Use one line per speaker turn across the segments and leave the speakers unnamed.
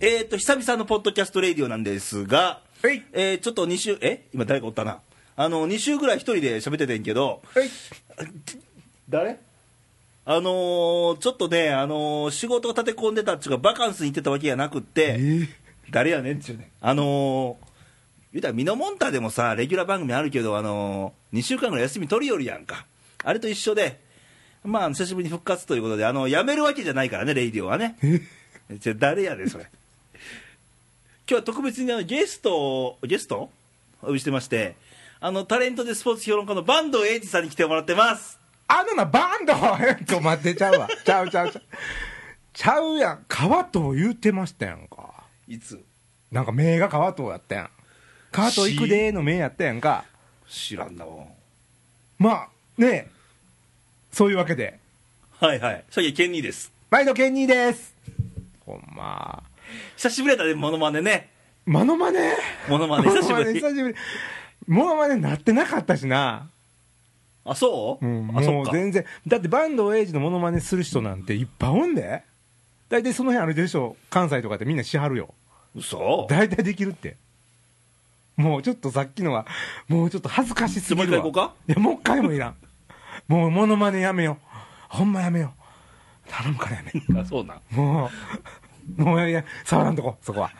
えーっと、久々のポッドキャストレイディオなんですが、
はい
えーちょっと2週、え今誰かおったな。あの、2週ぐらい一人で喋っててんけど、
はい
誰あのーちょっとね、あのー仕事が立て込んでたっちゅうか、バカンスに行ってたわけじゃなくって、誰やねんっちゅうねんあのー言うたらミノモンタでもさレギュラー番組あるけど、あのー、2週間ぐらい休み取りよるやんかあれと一緒でまあ久しぶりに復活ということであのやめるわけじゃないからねレイディオはねじゃ誰やねんそれ今日は特別にあのゲストをゲストお呼びしてましてあのタレントでスポーツ評論家の坂東英二さんに来てもらってます
あのなバンドちょ待ってちゃ うわちゃうちゃうちゃうちゃうやん川藤言うてましたやんか
いつ
なんか名が川藤やったやん川藤行くでーの名やったやんか
知らんなも
まあねえそういうわけで
んはいはいそれケンニーです
毎度ケンニーですほんま
久しぶりだねモノマネね
モノマネ
モノマネ久しぶり
モノマネ久しぶりモノマネなってなかったしな
あそう、
うん、
あそっ
もう
か
全然だって坂東栄治のモノマネする人なんていっぱいおんで大体その辺歩いてる人関西とかってみんなしはるよ
嘘
大体できるってもうちょっとさっきのはもうちょっと恥ずかしすぎるわ
もう一回行こ
いやもう一回もいらんもうモノマネやめようほんまやめよう頼むからやめ
あそうなん
もうもういや触らんとこそこは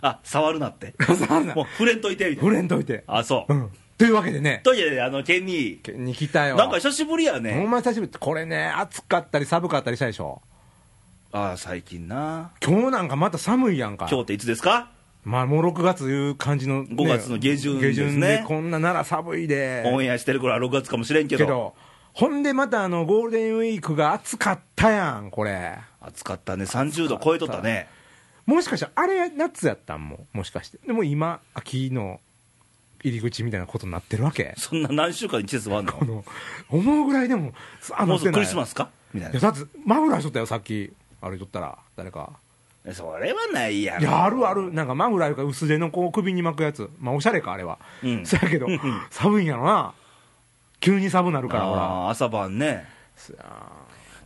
あ 触るなって
触るな
もう触れんといてみたい
触
な
れんといて
あそう、
うんというわけで ね
というわけであのケンニー
に来たよ
なんか久しぶりや
ほ
ね
んま久しぶりこれね暑かったり寒かったりしたでしょ
あ最近な
今日なんかまた寒いやんか
今日っていつですか
まあもう6月いう感じの、ね、
5月の下旬ですね
下旬こんななら寒いで
オンエアしてる頃は6月かもしれんけ
け
ど
どほんでまたあのゴールデンウィークが暑かったやんこれ
暑かったね30度超えとったね
もしかしてあれ夏やったんももしかしてでも今秋の入り口みたいなことになってるわけ
そんな何週間に季節はあん
こ
の
の思うぐらいでもあ
もうすぐクリスマ
ス
スかみたい
いや
な
だってマフラーしとったよさっき歩いとったら誰か
えそれはないやん
いやあるあるなんかマフラーいうか薄手のこう首に巻くやつまあおしゃれかあれは、
うん
そやけど
うんうん
寒いんやろな急に寒なるからほら
あー朝晩ね
そや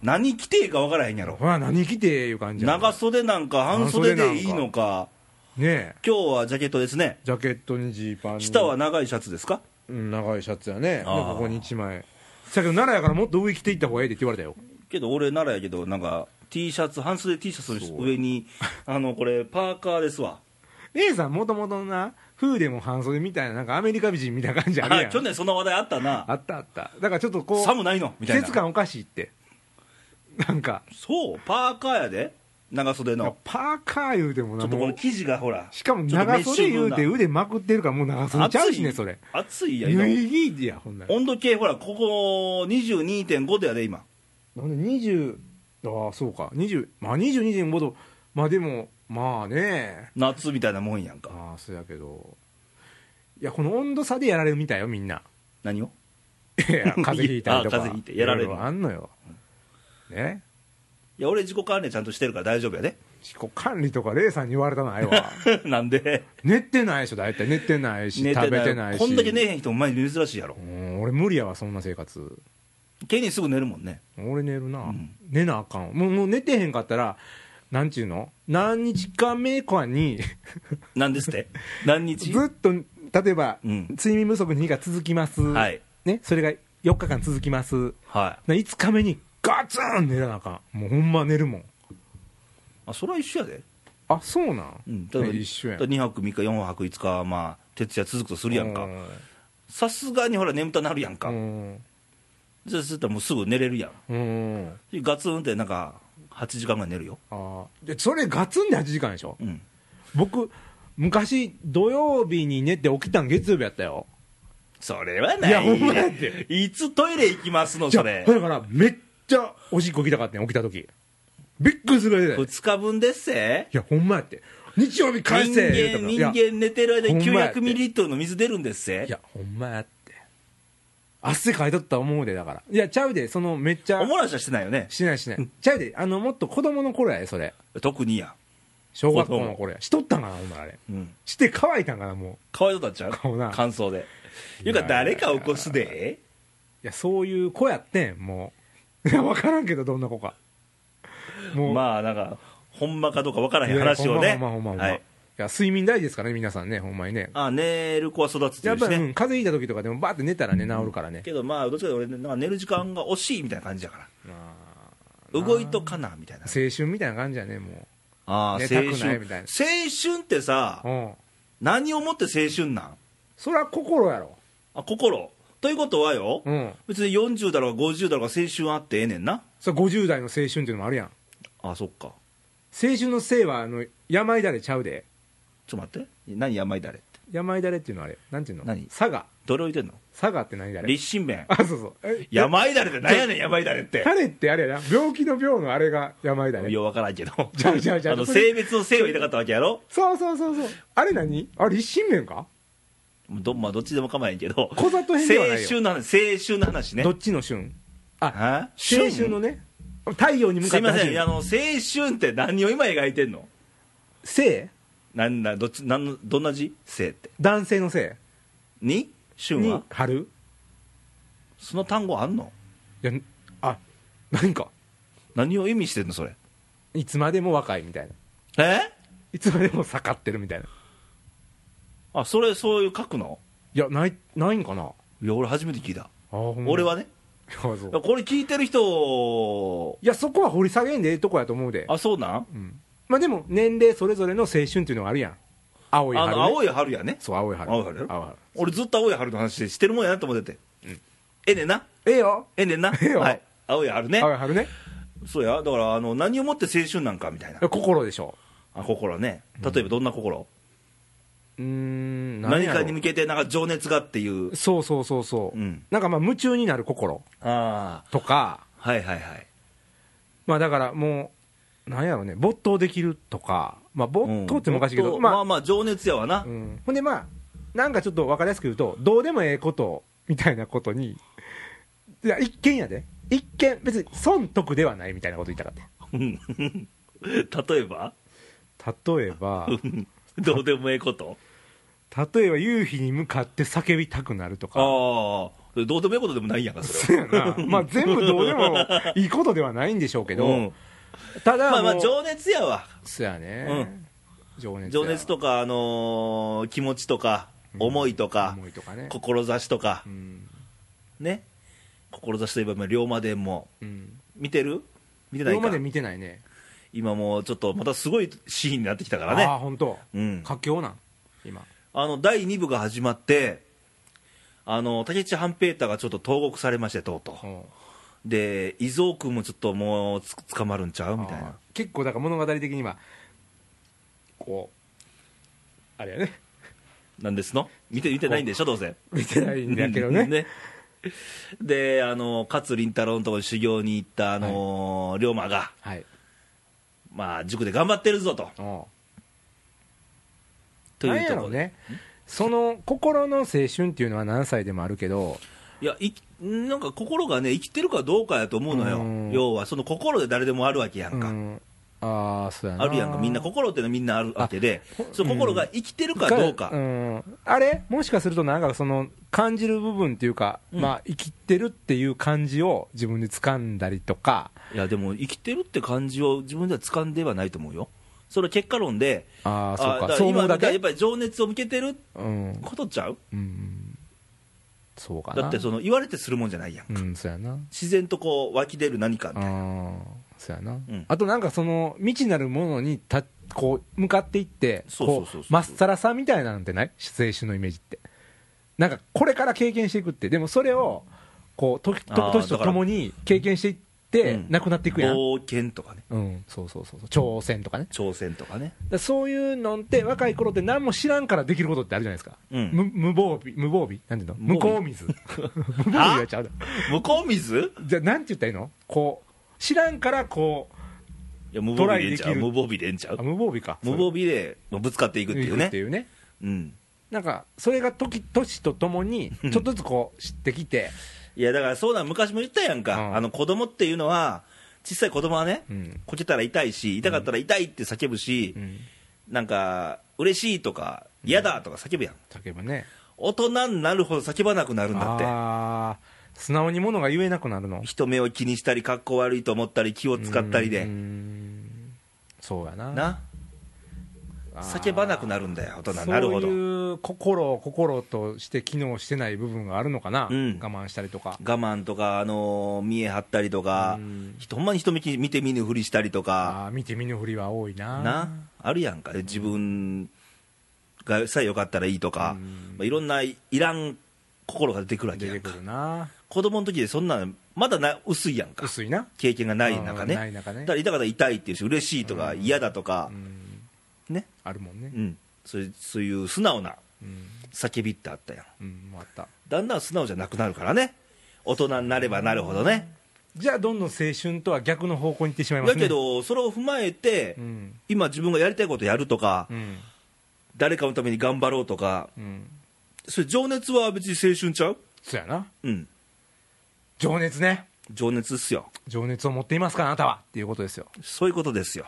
何着ていいか分からへんやろ
ほら何着ていう感じや
長袖なんか半袖でいいのか
ねえ
今日はジャケットですね
ジャケットにジーパンに
下は長いシャツですか
うん、長いシャツやね
あー
なんかここに1枚そやけど奈良やからもっと上着着ていった方がええでって言われたよ
けど俺奈良やけどなんか T シャツ半袖 T シャツの上 にあのこれパーカーですわ
A さんもともとな風でも半袖みたいななんかアメリカ人みたいな感じあるや
あ
ん
去年そんな話題あった
あ
な
ったあっただからちょっとこう
寒ないのみたい
季
な
節感おかしいってなんか
そうパーカーやで長袖の
パーカー言うても
ちょ
な
っと
も
こ
う
の生地がほら
しかも長袖言うて
ちょっ
腕まくってるからもう長
とメッシュ風な
袖ちゃうしねそれ
暑いや
脱
今
いでやほんなら
温度計ほらここ22.5度やで今
なんで20ああそうか20まあ22.5度まあでもまあね
夏みたいなもんやんか
ああそうやけどいやこの温度差でやられるみたいよみんな
何を
いや風邪ひいたりとか
あ風邪ひいてやられる
いろいろあんのよね
いや俺自己管理ちゃんとしてるから大丈夫やで
自己管理とかレイさんに言われたない わ
なんで
寝てないでしょ大体寝てないし
寝
食べてないし
こんだけ寝えへん人お前珍しいやろ
うん俺無理やわそんな生活
ケニーすぐ寝るもんね
俺寝るな、
ん
寝なあかんもうもう寝てへんかったらなんちゅうの何日か目かに
なんです って何
ず
日
っと例えば、
うん
睡眠不足の日が続きます、
はい
ね、それが4日間続きます
はい
な5日目にガツン寝らなあかんもうほんま寝るもん
あそれは一緒やで、
あそうなん、
うん、
ね一緒やん
2泊3日4泊5日まあ徹夜続くとするやんかさすがにほら眠たなるやんか、
うん
じゃあそしたらもうすぐ寝れるやん
うん
ガツンってなんか8時間ぐらい寝るよ
あーでそれガツンで8時間でしょ
うん
僕昔土曜日に寝て起きたん月曜日やったよ
それはない
いやほんまやって
いつトイレ行きますの
じゃ
そ
あ
れ
だからめっちゃおしっこ行きたかったん起きた時びっくりするぐらいでい
2日分ですせ
やほんまやって日曜日返
人
せ
間
言う
人
たからいや
間寝てる間に
ほんまやって
900ミリリットルの水出るんですせ
いやほんまやって汗かいとった思うでだからいやちゃうでそのめっちゃ
おもらしはしてないよね
しないしないちゃうであのもっと子供の頃やでそれ
特にや、
小学校の頃やしとったんかなほんまあれ
うん、
して乾いたんかなもう
かわいそうだっちゃう
顔な
感想でいうか誰か起こすで
いやそういう 子やってんもういや分からんけどどんな子かもう、
まあなんかほんまかどうかわからへん話をね
ほんまほんまほんまほんま、
はい
い、や睡眠大事ですからね皆さんねほんまにね
あ寝る子は育つってい
や
う
っ
し
ぱり、
ね、
うん、風邪ひいた時とかでもバーって寝たらね治るからね、
けどまあどっちかというと俺なんか寝る時間が惜しいみたいな感じだから
まあ
動いとかなみたいな
青春みたいな感じやねも
ああ
寝
青
たく
春
ないみたいな
青春ってさ
ううん
何をもって青春なん
そりゃ心やろ
あ心ということはよ、
うん
別に40だろうが50だろうが青春あってええねんな
それ50代の青春っていうのもあるやん
あそっか
青春の性はあの病だれちゃうで
ちょっと待って何病だれって
病だれっていうのはあれなんていうの
何
佐賀
どれ置いてんの
佐賀って何だれ
立身弁
あそうそうえ
病だれって何やねん病だれって
彼ってあれやな病気の病のあれが病だれ
ようわからんけど
じゃあじゃあじゃあ
あの性別の性を言いたかったわけやろ
そうそうそうそうあれ何あれ一身面か
ど,、まあ、どっちでも構えへんけど
小里編ではないよ
青春の話青春の話ね
どっちの旬あ
は
青春のね太陽に向
す
かっ
い
て
ませ
走
ん
る
あの青春って何を今描いてんの
性
なんだどっちなんのどんな字性って
男性の性
に春
に
は
春
その単語あんの
いやあ何か
何を意味してんのそれ
いつまでも若いみたいな
え
いつまでも盛ってるみたいな
あそれそういう書くの
いやないないんかない
や俺初めて聞いた、
あほんま
俺はね
いやそう
これ聞いてる人
いやそこは掘り下げんでええとこやと思うで
あそうなん
うんまあでも年齢それぞれの青春っていうのがあるやん青い
あ
春、
の
ね、
青い春やね
そう青い春
青い春やろ
青い春
俺ずっと青い春の話してるもんやなと思ってて、ええねんな
ええよ
ええねんな、
ええよ
はい、青い春ね
青い春ね
そうやだからあの何をもって青春なんかみたいな
心でしょ
あ心ね例えばどんな心、
うーん
何
やろ
かに向けてなんか情熱がっていう
そうそうそうそう、
うん
なんかまあ夢中になる心
ああ
とか
はいはいはい
まあだからもうなんやろうね没頭できるとかまあ没頭ってもおかしいけど、
うんま
ま
あまあ情熱やわな、
あ、うん、ほんでまあなんかちょっと分かりやすく言うとどうでもええことみたいなことにいや一見やで一見別に損得ではないみたいなこと言いたかった
うん例えば
例えば
うんどうでもええこと
例えば夕日に向かって叫びたくなるとか
ああどうでもええことでもないやんかそ
そう
れは
や なまあ全部どうでもいいことではないんでしょうけど、
うん
ただ
まあまあ
もう
情熱やわ
そうやね、
うん
情熱
情熱とか、あのー気持ちとか
うん
思いと
か
か、
思いとかね
志とか
う、ん、
ね志といえばまあ龍馬伝も
うん、
見てる見てない
今ま
か
で見てないね
今もうちょっとまたすごいシーンになってきたからね
ああ本当
うん、
佳境なん今
あの第2部が始まって、あの竹内半平太がちょっと投獄されまして、とうとう、
うん
で伊蔵君もちょっともうつ捕まるんちゃうみたい
ああ
な、
結構だから物語的にはこうあれやね
なんですの見て見てないんでしょ、どうせ。
見てないんだけ どね
で、あの勝倫太郎のところに修行に行った、あの龍馬が、
はい
まあ、塾で頑張ってるぞと。
うん
と
なん
いう
や
とこ
ろ
ろ
う
で
ねその心の青春っていうのは何歳でもあるけど
いやいなんか心がね生きてるかどうかやと思うのよ、
うん
要はその心で誰でもあるわけやんか、
うんああそうやな
あるやんか、みんな心っていうのはみんなあるわけで、その心が生きてるかどうか、
ん、あれもしかするとなんかその感じる部分っていうか、
うん
まあ生きてるっていう感じを自分で掴んだりとか
いや、でも生きてるって感じを自分では掴んではないと思うよ、それは結果論で、
ああそう
だ
からそう思
今
う
みた
だ
いにやっ
け
ぱり情熱を向けてる
うん、
ことちゃう
うん、そうかな
だってその言われてするもんじゃないやん、
うんそうやな
自然とこう湧き出る何かみ
あ
たいな、
ーそうやな、
ん
あとなんかその未知なるものにたこう向かっていって
そうそう
こ
そうそう
うまっさらさみたいなのってない青春のイメージってなんかこれから経験していくってでもそれをこう時
あー
と時とともに経験していって、
うん
なくなっていくやん
冒険とかね、
うん、そうそうそうそう、挑戦とかね、
挑戦とかね、
だからそういうのって、若い頃って何も知らんからできることってあるじゃないですか、
うん
む無防備、無防備、なんていうの、
無防
無効
備
水、無防備はちゃうな
向こう水
じゃあ、なんて言ったらいいの、こう、知らんからこう、
いや無防備でええんちゃう、
トライできる
無防備でええんちゃう
あ、無防備か、
無防備でぶつかっていくっていう
行く
ね
って、いうね、
うん、
なんか、それが時年とともに、ちょっとずつこう、知ってきて、
いやだからそうなん昔も言ったやんか、
うん
あの子供っていうのは小さい子供はね、
うん
こけたら痛いし痛かったら痛いって叫ぶし、
うん、
なんか嬉しいとか嫌だとか叫ぶやん、
例えばね、
大人になるほど叫ばなくなるんだって
あー素直にものが言えなくなるの、
人目を気にしたり格好悪いと思ったり気を使ったりで
うーんそうやな
な
あー
叫ばなくなるんだよ大人なるほど
そういう心を心として機能してない部分があるのかな、
うん
我慢したりとか
我慢とか、あのー見え張ったりとか、
うん
ひとほんまに人見き見て見ぬふりしたりとか、
あー見て見ぬふりは多いな
なあるやんか、自分がさえよかったらいいとか、
うん
まあ、いろんないらん心が出てくるわけ
出
や
て
んか
く、るな
子供の時でそんなのまだな薄いやんか、
薄いな
経験がない中ね、
うんない中
だ
ね
から痛かったら痛いっていうし、嬉しいとか、嫌だとか
う、ん
ね、
あるもんね
うんそういう、そういう素直な
うん、
叫びってあったやん、
うん、もうあった
だんだん素直じゃなくなるからね、大人になればなるほどね。
じゃあどんどん青春とは逆の方向に行ってしまいま
だ
すね
けど、それを踏まえて、
うん
今自分がやりたいことやるとか、
うん
誰かのために頑張ろうとか
うん
それ情熱は別に青春ちゃう
そうやな
うん
情熱ね
情熱っすよ
情熱を持っていますかあなたはっていうことですよ
そういうことですよ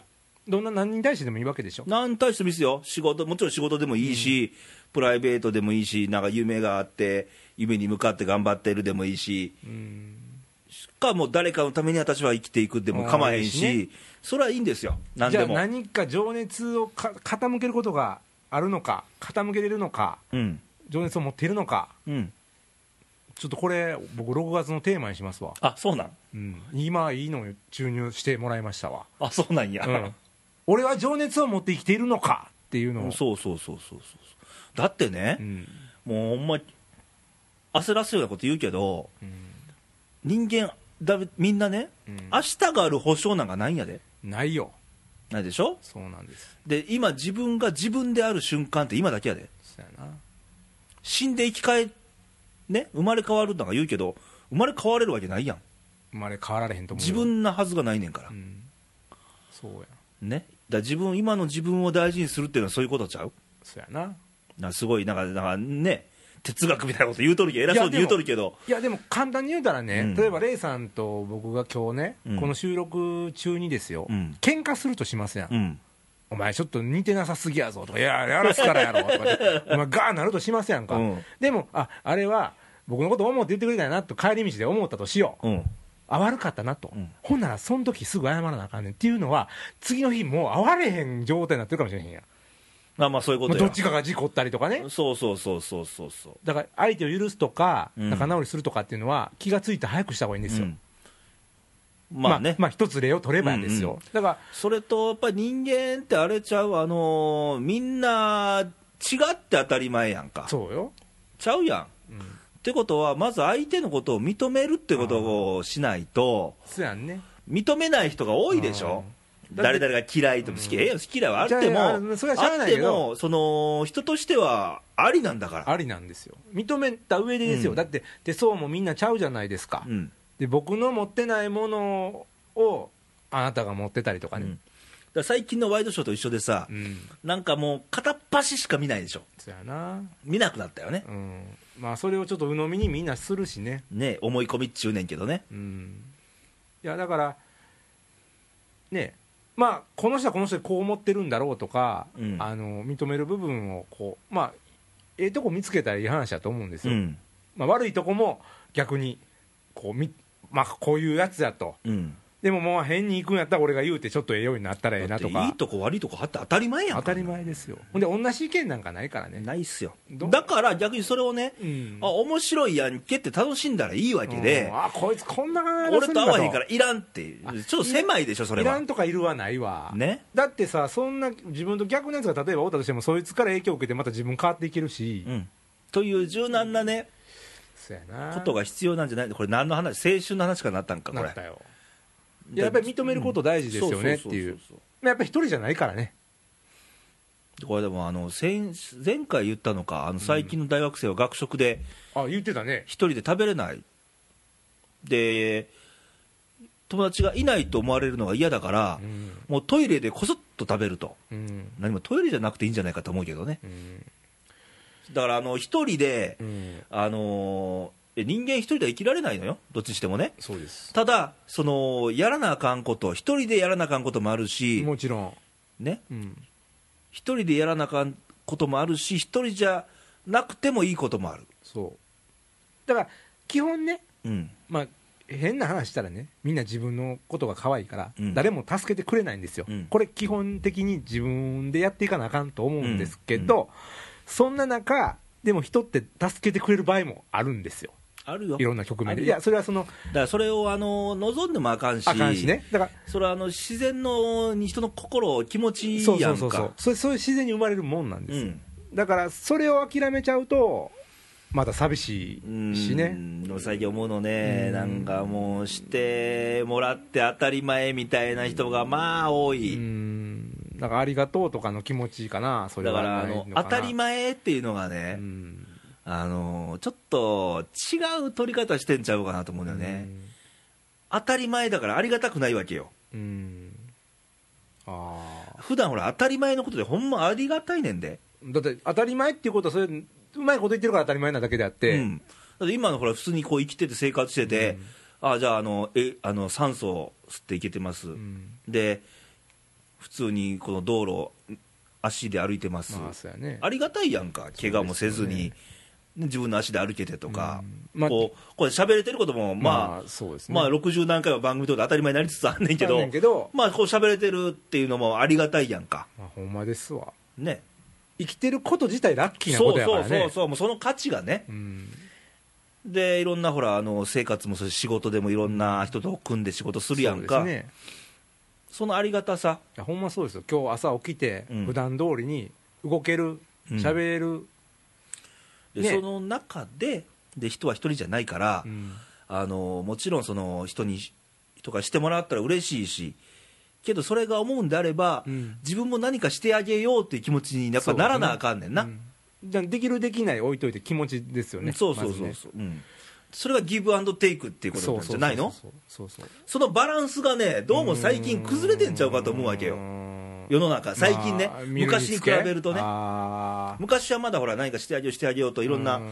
どんな何に対してでもいいわけでしょ
何対してもいいですよ仕事もちろん仕事でもいいし、プライベートでもいいしなんか夢があって夢に向かって頑張ってるでもいいし
うん
かもう誰かのために私は生きていくでも構えへんし
あーいいし
それはいいんですよ何
じゃ
で
あ
も
何か情熱をか傾けることがあるのか傾けれるのか
うん
情熱を持っているのか
うん
ちょっとこれ僕6月のテーマにしますわ、
あそうなん
うん、今いいのを注入してもらいましたわ、
あそうなんや、
うん、 俺は情熱を持って生きているのかっていうのを
そうそうそうそうそうそうだってね、
うん
もうほんま焦らすようなこと言うけど
うん
人間だみんなね、
うん
明日がある保証なんかないんやで
ないよ
ないでしょ
そうなんです
で今自分が自分である瞬間って今だけやで
そうやな
死んで生き返ね生まれ変わるなんか言うけど生まれ変われるわけないやん
生まれ変わられへんと思う
自分なはずがないねんから、
うんそうや
ねだから自分今の自分を大事にするっていうのはそういうことちゃう
そうやな
なんかすごいなんかなんかね哲学みたいなこと言うとるけど偉そうに言うとるけど
いやでも簡単に言うたらね、
うん
例えばレイさんと僕が今日ね、
うん
この収録中にですよ、
うん
喧嘩するとしますやん、
うん
お前ちょっと似てなさすぎやぞとか、いや、やらすからやろとかって、 お前、ガーなるとしますやんか、
うん
でも、ああれは僕のこと思って言ってくれたんやなと、帰り道で思ったとしよう、
うん
あ悪かったなと、
うん
ほんなら、その時すぐ謝らなあかんねんっていうのは、次の日、もう会われへん状態になってるかもしれへんやん、
まあまあそういうこ
ま
と
あ
や
どっちかが事故ったりとかね、
そうそうそうそうそうそう
だから相手を許すとか、
うん
仲直りするとかっていうのは、気がついて早くした方がいいんですよ。
うんまあね、
まあ、一つ例を取ればですよ、
うんうん
だから、
それとやっぱり人間ってあれちゃう、あのーみんな違って当たり前やんか、
そうよ、
ちゃうやん。っ
うん、
てことは、まず相手のことを認めるってことをしないと、
そうやんね、
認めない人が多いでしょ、
うん
誰々が嫌いとか、好き、ええよ、好き嫌いはあって
じゃあ
も、
あそれはしゃあ
あ
な
っ
い
て
けど
もその、人としてはありなんだから、
ありなんですよ、認めた上でですよ、
うん
だって手相もみんなちゃうじゃないですか、
うん
で僕の持ってないものをあなたが持ってたりとか
うん
ね
だ、から最近のワイドショーと一緒でさ、
うん、
なんかもう、片っ端しか見ないでしょ、
そうやな、
見なくなったよね、
うん、まあ、それをちょっと鵜呑みにみんなするしね、
ね思い込みっちゅうねんけどね。
うん、いや、だから、ね、まあ、この人はこの人でこう思ってるんだろうとか、
うん
あの認める部分をこう、まあ、ええとこ見つけたらいい話だと思うんです
う
よ。
ん
まあ、悪いとこも逆にこうみ、まあ、こういうやつやと、
うん
でももう変に行くんやったら俺が言うて、ちょっとええようになったらええなと
だって
か
いい、とこ悪いとこあって当たり前やん
当
か
たり前ですよ、ほんで、同じ意見なんかないからね、
ないっすよ
ど
だから逆にそれをね、
うん
あ面白いやんけって楽しんだらいいわけで
うん、あこいつこんな考え方
俺
するん
と合
だ
わへんからいらんっていうちょっと狭いでしょそれ
いら
は
んとかいるはないわ、
ね
だってさ、そんな自分と逆のやつが例えばおったとしても、そいつから影響を受けて、また自分変わっていけるし、
うんという柔軟なね
そうやな、
ことが必要なんじゃないこれ何の話青春の話からなったんかこ
な
れ
ったよ、いややっぱり認めること大事ですよねっていう、
そそそ
やっぱり一人じゃないからね、
そこれでもあの先前回言ったのかあの最近の大学生は学食で、
あ言ってたね、
一人で食べれないで友達がいないと思われるのが嫌だから、
うん
もうトイレでこそっと食べると
うん
何もトイレじゃなくていいんじゃないかと思うけどね
うん
だからあの一人で、
うん、
あのーえ人間一人では生きられないのよどっちにしてもね
そうです、
ただそのやらなあかんこと一人でやらなあかんこともあるし
もちろん、
ね
うん、
一人でやらなあかんこともあるし一人じゃなくてもいいこともある
そう、だから基本ね、
うん
まあ、変な話したらねみんな自分のことが可愛いから、
うん
誰も助けてくれないんですよ、
うん
これ基本的に自分でやっていかなあかんと思うんですけど、そんな中でも人って助けてくれる場合もあるんですよ
あるよ
いろんな局
あ
面
る
で
よ
いやそれはその
だからそれをあの望んでもあかんし
あかんしねだから
それはあの自然のに人の心気持ちいい
そう
や
そ
ん
う
か
そうそうそれそういう自然に生まれるもんなんですよ、
ん
だからそれを諦めちゃうとまた寂し
うん
いしね、
でも最近思うのね、
うん
なんかもう、してもらって当たり前みたいな人がまあ多
う
い、
んだからありがとうとかの気持ちかな、それ
だ
は
からあ
ない
の
のかな
当たり前っていうのがね、
うん
あのちょっと違う取り方してんちゃうかなと思うんだよね、当たり前だからありがたくないわけよ、
うん、うんああ
普段ほら、当たり前のことで、ほんまありがたいねんで、
だって当たり前っていうことはそれ、うまいこと言ってるから当たり前なだけであって、
うん、だって今のほら、普通にこう生きてて、生活してて、あじゃああのえあの、酸素を吸っていけてます。
うん
で普通にこの道路を足で歩いてます、
まあそうやね、
ありがたいやんか怪我もせず
そうです
に、自分の足で歩けてとか、
うんまあ
こうこれ喋れてることもまあ、まあ
そうですね、
60何回は番組とかで当たり前になりつつあんねんけ
あん
ど
ねんけど
まあこう喋れてるっていうのもありがたいやんか
まあ、ほんまですわ、
ね
生きてること自体ラッキーな
そ
こと
う
やか
そ
ら
う
ね、
そうそうもうその価値がね
うん
でいろんなほらあの生活もそう仕事でもいろんな人と組んで仕事するやんか
そ
そ,、
うですね
のありがたさ
いやほんまそうですよ今日朝起きて、
うん
普段通りに動ける
うん
喋れる、
で、
ね
その中でで人は一人じゃないから、
うん
あのもちろんその人にとかしてもらったら嬉しいしけどそれが思うんであれば、
うん
自分も何かしてあげようっていう気持ちにやっぱならなあかんねんな
うだからできるできない置いといて気持ちですよね
そうそう
まず
そう
ね
そう、うん、それがギブアンドテイクっていうことなんじゃないの
そうそうそうそう
そのバランスがねどうも最近崩れてんちゃうかと思うわけよ世の中最近ね、
まあ
昔に比べるとね
あー
昔はまだほら何かしてあげようしてあげようといろんな、
うん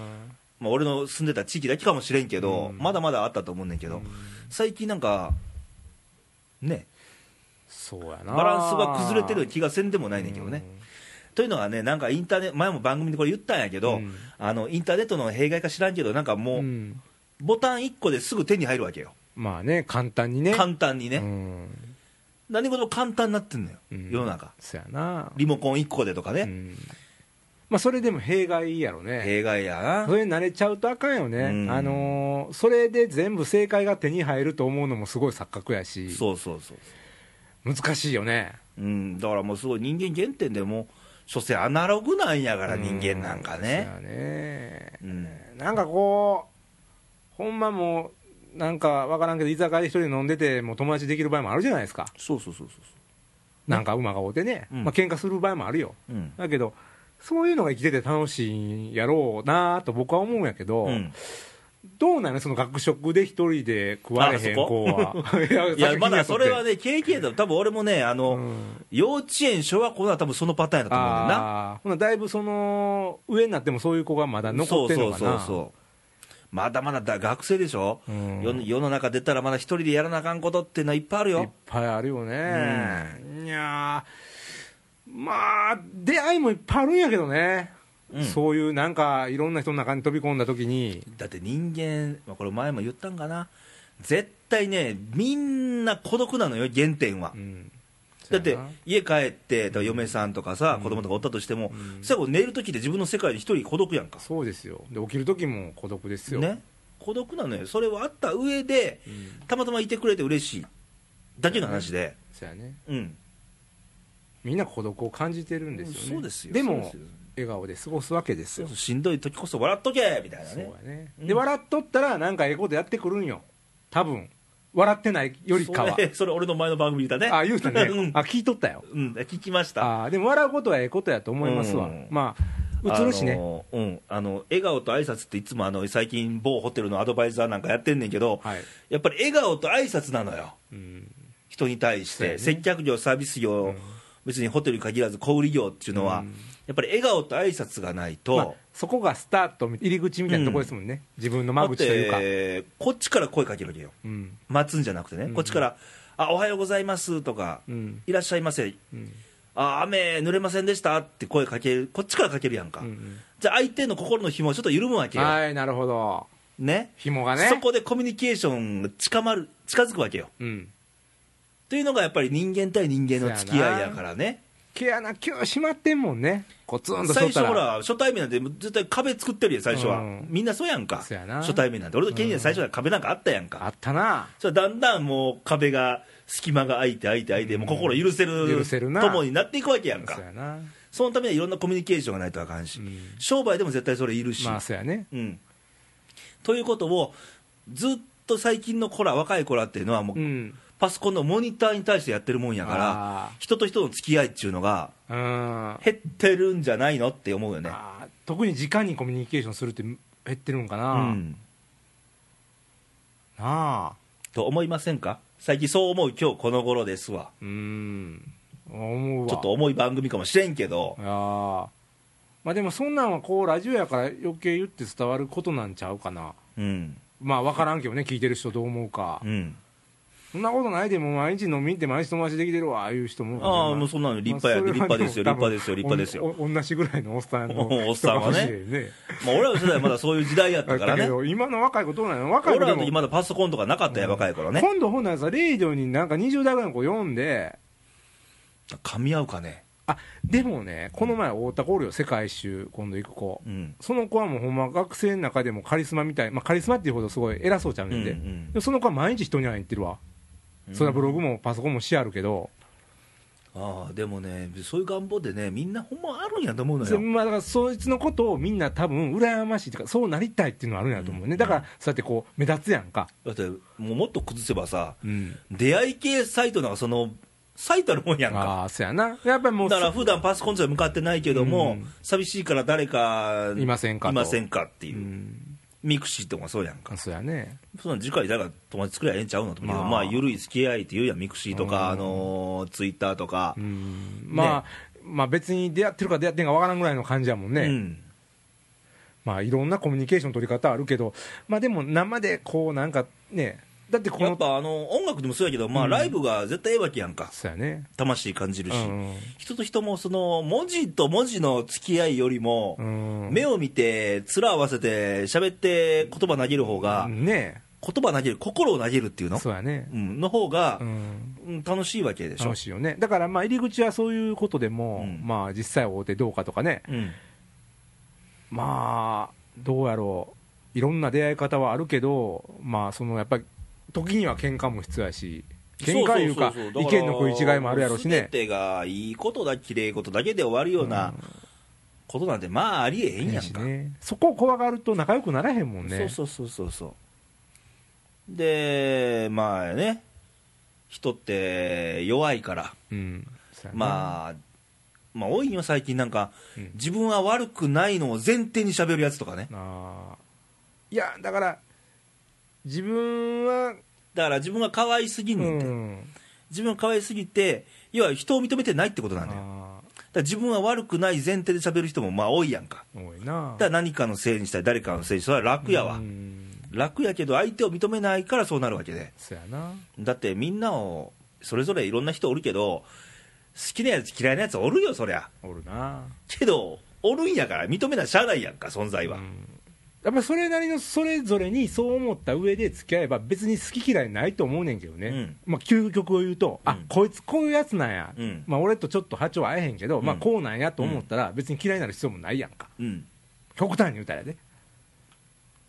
まあ、俺の住んでた地域だけかもしれんけど、
うん
まだまだあったと思うねんけど、
うん
最近なんかね
そうやな
バランスが崩れてる気がせんでもないねんけどね。というのはね、なんかインターネット、前も番組でこれ言ったんやけど、
うん
あのインターネットの弊害か知らんけど、なんか
う
も
ん
う、
うん
ボタン1個ですぐ手に入るわけよ、
まあね簡単にね
簡単にね、
うん
何事も簡単になってんのよ、
うん
世の中、
そうやな
リモコン1個でとかね、
うんまあそれでも弊害やろね
弊害やな
そ、れに慣れちゃうとあかんよね、
うん
あのーそれで全部正解が手に入ると思うのもすごい錯覚やし
そうそうそう、
難しいよね
うん、だからもうすごい人間原点でもう、所詮アナログなんやから、人間なんかね。
うんそうやね
うん
なんかこうほんまもうなんかわからんけど居酒屋で一人で飲んでてもう友達できる場合もあるじゃないですか
そうそうそうそう
なんか馬が合うてね、
うん
まあ喧嘩する場合もあるよ
そう、うん
だけどそういうのが生きてて楽しいんやろうなと僕は思うんやけど、
うん、
どうなのその学食で一人で食われへん
あそこ
子は
いや、まだそれは
ね、
ね、経験だと、多分俺もね、あの、
うん
幼稚園、小学校は多分そのパターンやったと思うんだよな。
ああーほなだいぶその上になってもそういう子がまだ残ってるのかな
そうそうそうそうまだまだだ学生でしょ、
うん
世の世の中出たらまだ一人でやらなあかんことっていうのはいっぱいある
いっ
よ
ぱいあるよね、いやーまあ出会いもいっぱいあるんやけどね、
うん
そういうなんかいろんな人の中に飛び込んだ時に
だって人間、まあ、これ前も言ったんかな絶対ねみんな孤独なのよ原点は、
うん
だって
そうやな
家帰ってだから嫁さんとかさ、子供とかおったとしても、最後寝る時で自分の世界で一人孤独やんか
そうですよで起きる時も孤独ですよ、
ね孤独なのよそれはあった上で、
うん
たまたまいてくれて嬉しいだけの話で、
そうやね
うん
みんな孤独を感じてるんですよね、
そうですよ
で
そうで
も
すよ
笑顔で過ごすわけです
そう
よ
そうしんどい時こそ笑っとけみたいな
そう
ね
やね、
うん
で笑っとったらなんかええことやってくるんよ多分笑ってないよりかは
それそれ俺の前の番組だね
あ言うたね、
うん
あ聞いとったよ
うん聞きました
あーでも笑うことはええことやと思いますわ、
うん
まあ映るしね、
あのーうんあの笑顔と挨拶っていつもあの最近某ホテルのアドバイザーなんかやってんねんけど、
はい
やっぱり笑顔と挨拶なのよ
うん
人に対し
そうや
て、
ね
接客業サービス業、
うん
別にホテルに限らず小売業っていうのは、
うん
やっぱり笑顔と挨拶がないと、
まあ、そこがスタートみ入り口みたいなところですもんね、自分の間口というか、
だってこっちから声かけるわけよ
うん
待つんじゃなくてね、こっちから「あおはようございます」とか、
うん
いらっしゃいませ」
うん
あ雨濡れませんでしたって声かけるこっちからかけるやんか、
うんうん
じゃあ相手の心の紐をちょっと緩むわけよ
はいなるほど
ね
紐がね
そこでコミュニケーションが近まる近づくわけよ
うん
というのがやっぱり人間対人間の付き合いやからね
毛穴今日閉まってんもんねコツンとしと
最
っ
初
たら
ほら初対面なんて絶対壁作ってるやん最初は、
うん
みんなそうやんか
そうやな
初対面なんて俺とケニーは最初は壁なんかあったやんか、
あったな
それだんだんもう壁が隙間が空いて空いて空いて、もう心許せる
許せるな
友になっていくわけやんか
そうやな
そのためにはいろんなコミュニケーションがないとあかんし、
うん
商売でも絶対それいるし、
まあそうやね
うん、ということをずっと最近の子ら若い子らっていうのはもう、
うん
パソコンのモニターに対してやってるもんやから
あ
人と人の付き合いっていうのが
ーうん
減ってるんじゃないのって思うよね
あー特に時間にコミュニケーションするって減ってるんかな、
うん
なあ
と思いませんか最近そう思う今日この頃ですわ
うん思うわ
ちょっと重い番組かもしれんけど
いやーまあでもそんなんはこうラジオやから余計言って伝わることなんちゃうかな
うん
まあ分からんけどね聞いてる人どう思うか、
うん
そんなことないでもう毎日飲み行って毎日友達できてるわいう人も多い
ああ
な
もうそんなの立派
まあ
や
そ
で
れ
立
は
派ですよ立
も多
派
分
ですよ立派ですよ
おお同じぐらいのおっさんの
おおっさんはね
人かもしれんね
まあ俺らの世代はまだそういう時代やった から
だけ
ね
ど今の若い子どうなの若い
俺
子で
ら
も
の時まだパソコンとかなかったやん若い頃ね
今度ほんならさレイディオになんか20代ぐらいの子読んで
噛み合うかね
あでもねこの前太田コールよ世界一周今度行く子
うん
その子はもうほんま学生の中でもカリスマみたい、まあ、カリスマっていうほどすごい偉そうちゃう
う
ねん
ん
で、
うん
でその子は毎日人に会いに行ってるわ、それはブログもパソコンもしあるけど、
ああでもねそういう願望でねみんなほんまあるんやと思うの
そ
よ
うまあ、だからそいつのことをみんな多分羨ましいとかそうなりたいっていうのはあるんやと思うね、だからそうやってこう目立つやんか、
だってもうもっと崩せばさ出会い系サイトなんかその最たるもんやんか
ああそうやなやっぱりもう
だから普段パソコン上向かってないけども、
うん
寂しいから誰か
いませんかと
いませんかっていうう、
ん
ミクシーとかもそうやんか
そうやね
そんなん次回だから友達作りゃええんちゃうのと思うけど、
まあ
まあ緩い付き合いって言うやんミクシーとか、あのーツイッターとか、
うんまあ、まあ別に出会ってるか出会ってんかわからんぐらいの感じやもんね、
うん
まあいろんなコミュニケーションの取り方あるけどまあでも生でこうなんかねだってこ
やっ
の
ぱあの音楽でもそうやけど、まあ、
うん
ライブが絶対ええわけやんか
そうやね
魂感じるし、
うん
人と人もその文字と文字の付き合いよりも、
うん
目を見て面合わせて喋って言葉投げる方が、
ね
言葉投げる心を投げるっていうの
そうやね
うん、の方が
う、ん
うん楽しいわけでしょ
楽しいよねだからまあ入り口はそういうことでも、
うん
まあ実際大手どうかとかね
うん
まあどうやろういろんな出会い方はあるけどまあそのやっぱり時には喧嘩も必要やし喧嘩いうか
そうそうそう
意見の食い違いもあるやろうし
だ
ね
から全てがいいことだきれいことだけで終わるようなことなんてまあありえへんやん
し
か、
ねそこを怖がると仲良くならへんもんね
そうそうそうそうそうでまあね人って弱いから、
うんそうやね
まあまあ多いんよ最近なんか、
うん
自分は悪くないのを前提に喋るやつとかね
あーいやだから自分は
だから自分が可愛すぎ
うん
ねんて、
ん
自分が可愛すぎて要は人を認めてないってことなんだよ
あ
だから自分は悪くない前提で喋る人もまあ多いやんか
ー多いな
だから何かのせいにしたり誰かのせいにしたら楽やわ、
うん
楽やけど相手を認めないからそうなるわけで
そうやな
だってみんなをそれぞれいろんな人おるけど好きなやつ嫌いなやつおるよそりゃ
おるな
けどおるんやから認めなしゃあないやんか存在は、
うんやっぱりそれなりのそれぞれにそう思った上で付き合えば別に好き嫌いないと思うねんけどね、
うん
まあ、究極を言うと、
う
あ
ん
こいつこういうやつなんや、
うん
まあ、俺とちょっと波長合えへんけど、まあ、
うん
こうなんやと思ったら別に嫌いになる必要もないやんか
うん
極端に言うたらね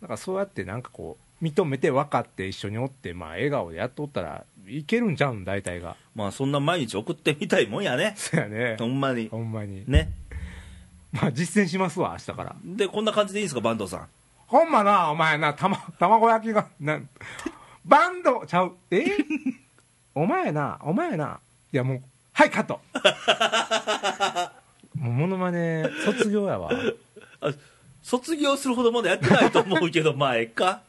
だからそうやってなんかこう認めて分かって一緒におって、まあ、笑顔でやっとったらいけるんちゃうん大 体が
まあそんな毎日送ってみたいもんやね
そうやね
ほんまに
ほんまに、
ね
まあ、実践しますわ明日から
でこんな感じでいいんですか坂東さん
ほんまな、お前な、たま、卵焼きが、なん、バンドちゃう。えお前な、お前な。いやもう、はい、カッ ト。もうモノマネ、卒業やわ。
あ卒業するほどまだやってないと思うけどまあええ か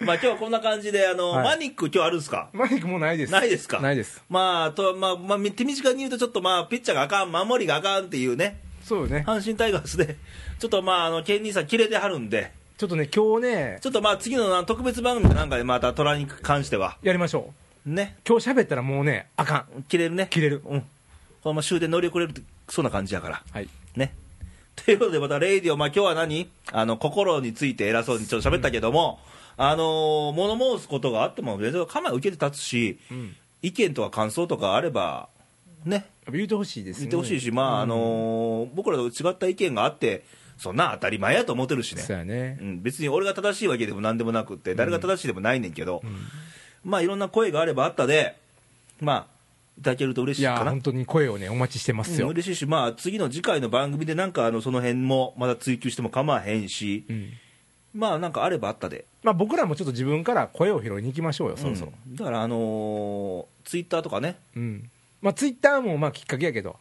まあ今日はこんな感じであの、
はい
マニック今日あるんすか
マイクもうないです。
ないですか
ないです。
まあ、とまあ、まあ、手短に言うと、ちょっとまあ、ピッチャーがあかん、守りがあかんっていうね、
そうよね。
阪神タイガースで、ちょっとまあ、あの、ケンニーさん、切れてはるんで、
ちょっとね、今日ね、
ちょっとまあ、次のな特別番組かなんかで、また、虎に関しては、
やりましょう。
ね、
今日喋ったらもうね、あかん。
切れるね。
切れる
うん。このまま終電乗り遅れるそうな感じやから、
はい。
ね。 ということで、また、レイディオ、まあ、今日は何あの、心について偉そうにちょっと喋ったけども、あのー物申すことがあっても、別に構え受けて立つし、
うん
意見とか感想とかあれば、ね、
言ってほしいです
言ってほしいし、まあ、あのー僕らと違った意見があって、そんな当たり前やと思ってるしね。
そうやね
うん、別に俺が正しいわけでも何でもなくって、誰が正しいでもないねんけど、まあいろんな声があればあったで、まあ、いただけると嬉し
い
いか
や
な。
本当に声をねお待ちしてます
うん
よ、
嬉しいし、まあ、次の次回の番組で、なんかあのその辺もまだ追求しても構わへんし、
うん
まあなんかあればあったで、
まあ、僕らもちょっと自分から声を拾いに行きましょうよそろそろ、
うんだから、あのーツイッターとかね、
うんまあ、ツイッターもまあきっかけやけど、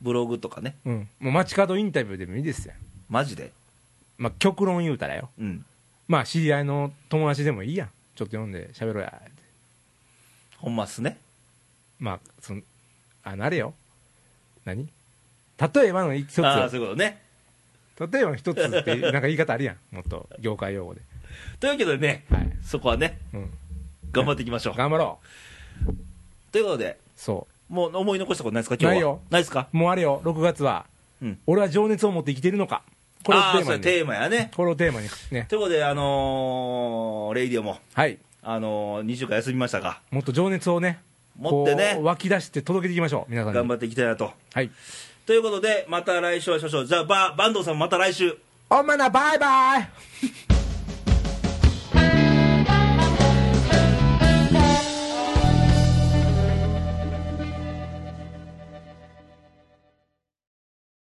ブログとかね、
うん、もう街角インタビューでもいいですよ、
マジで、
まあ、極論言うたらよ
うん、
まあ知り合いの友達でもいいやんちょっと読んで喋ろうやって
ほんまっすね、
まあそのあのあれよ何例えばの一つ
ああ、
よ
そういうことね。
例えばの一つってなんか言い方あるやんもっと業界用語で
というわけでね、
はい、
そこはね、
うん、
頑張っていきましょう。
頑張ろう
ということで、
そ
もう思い残したことないですか、今日は。
ないよ
ないですか、
うもうあれよ6月は
うん、
俺は情熱を持って生きてるのかこれを
あ
テ
あ、
ー
そ
マ
れ
にね
テーマやね。
これをテーマにね
ということで、あのーレイディオも、
はい
あのー、2週間休みましたが、
もっと情熱をね
持ってね
こう湧き出して届けていきましょう皆さんに
頑張っていきたいなと。
はい
ということで、また来週は少々。じゃあ、ば、坂東さんまた来週。
おまなバイバイ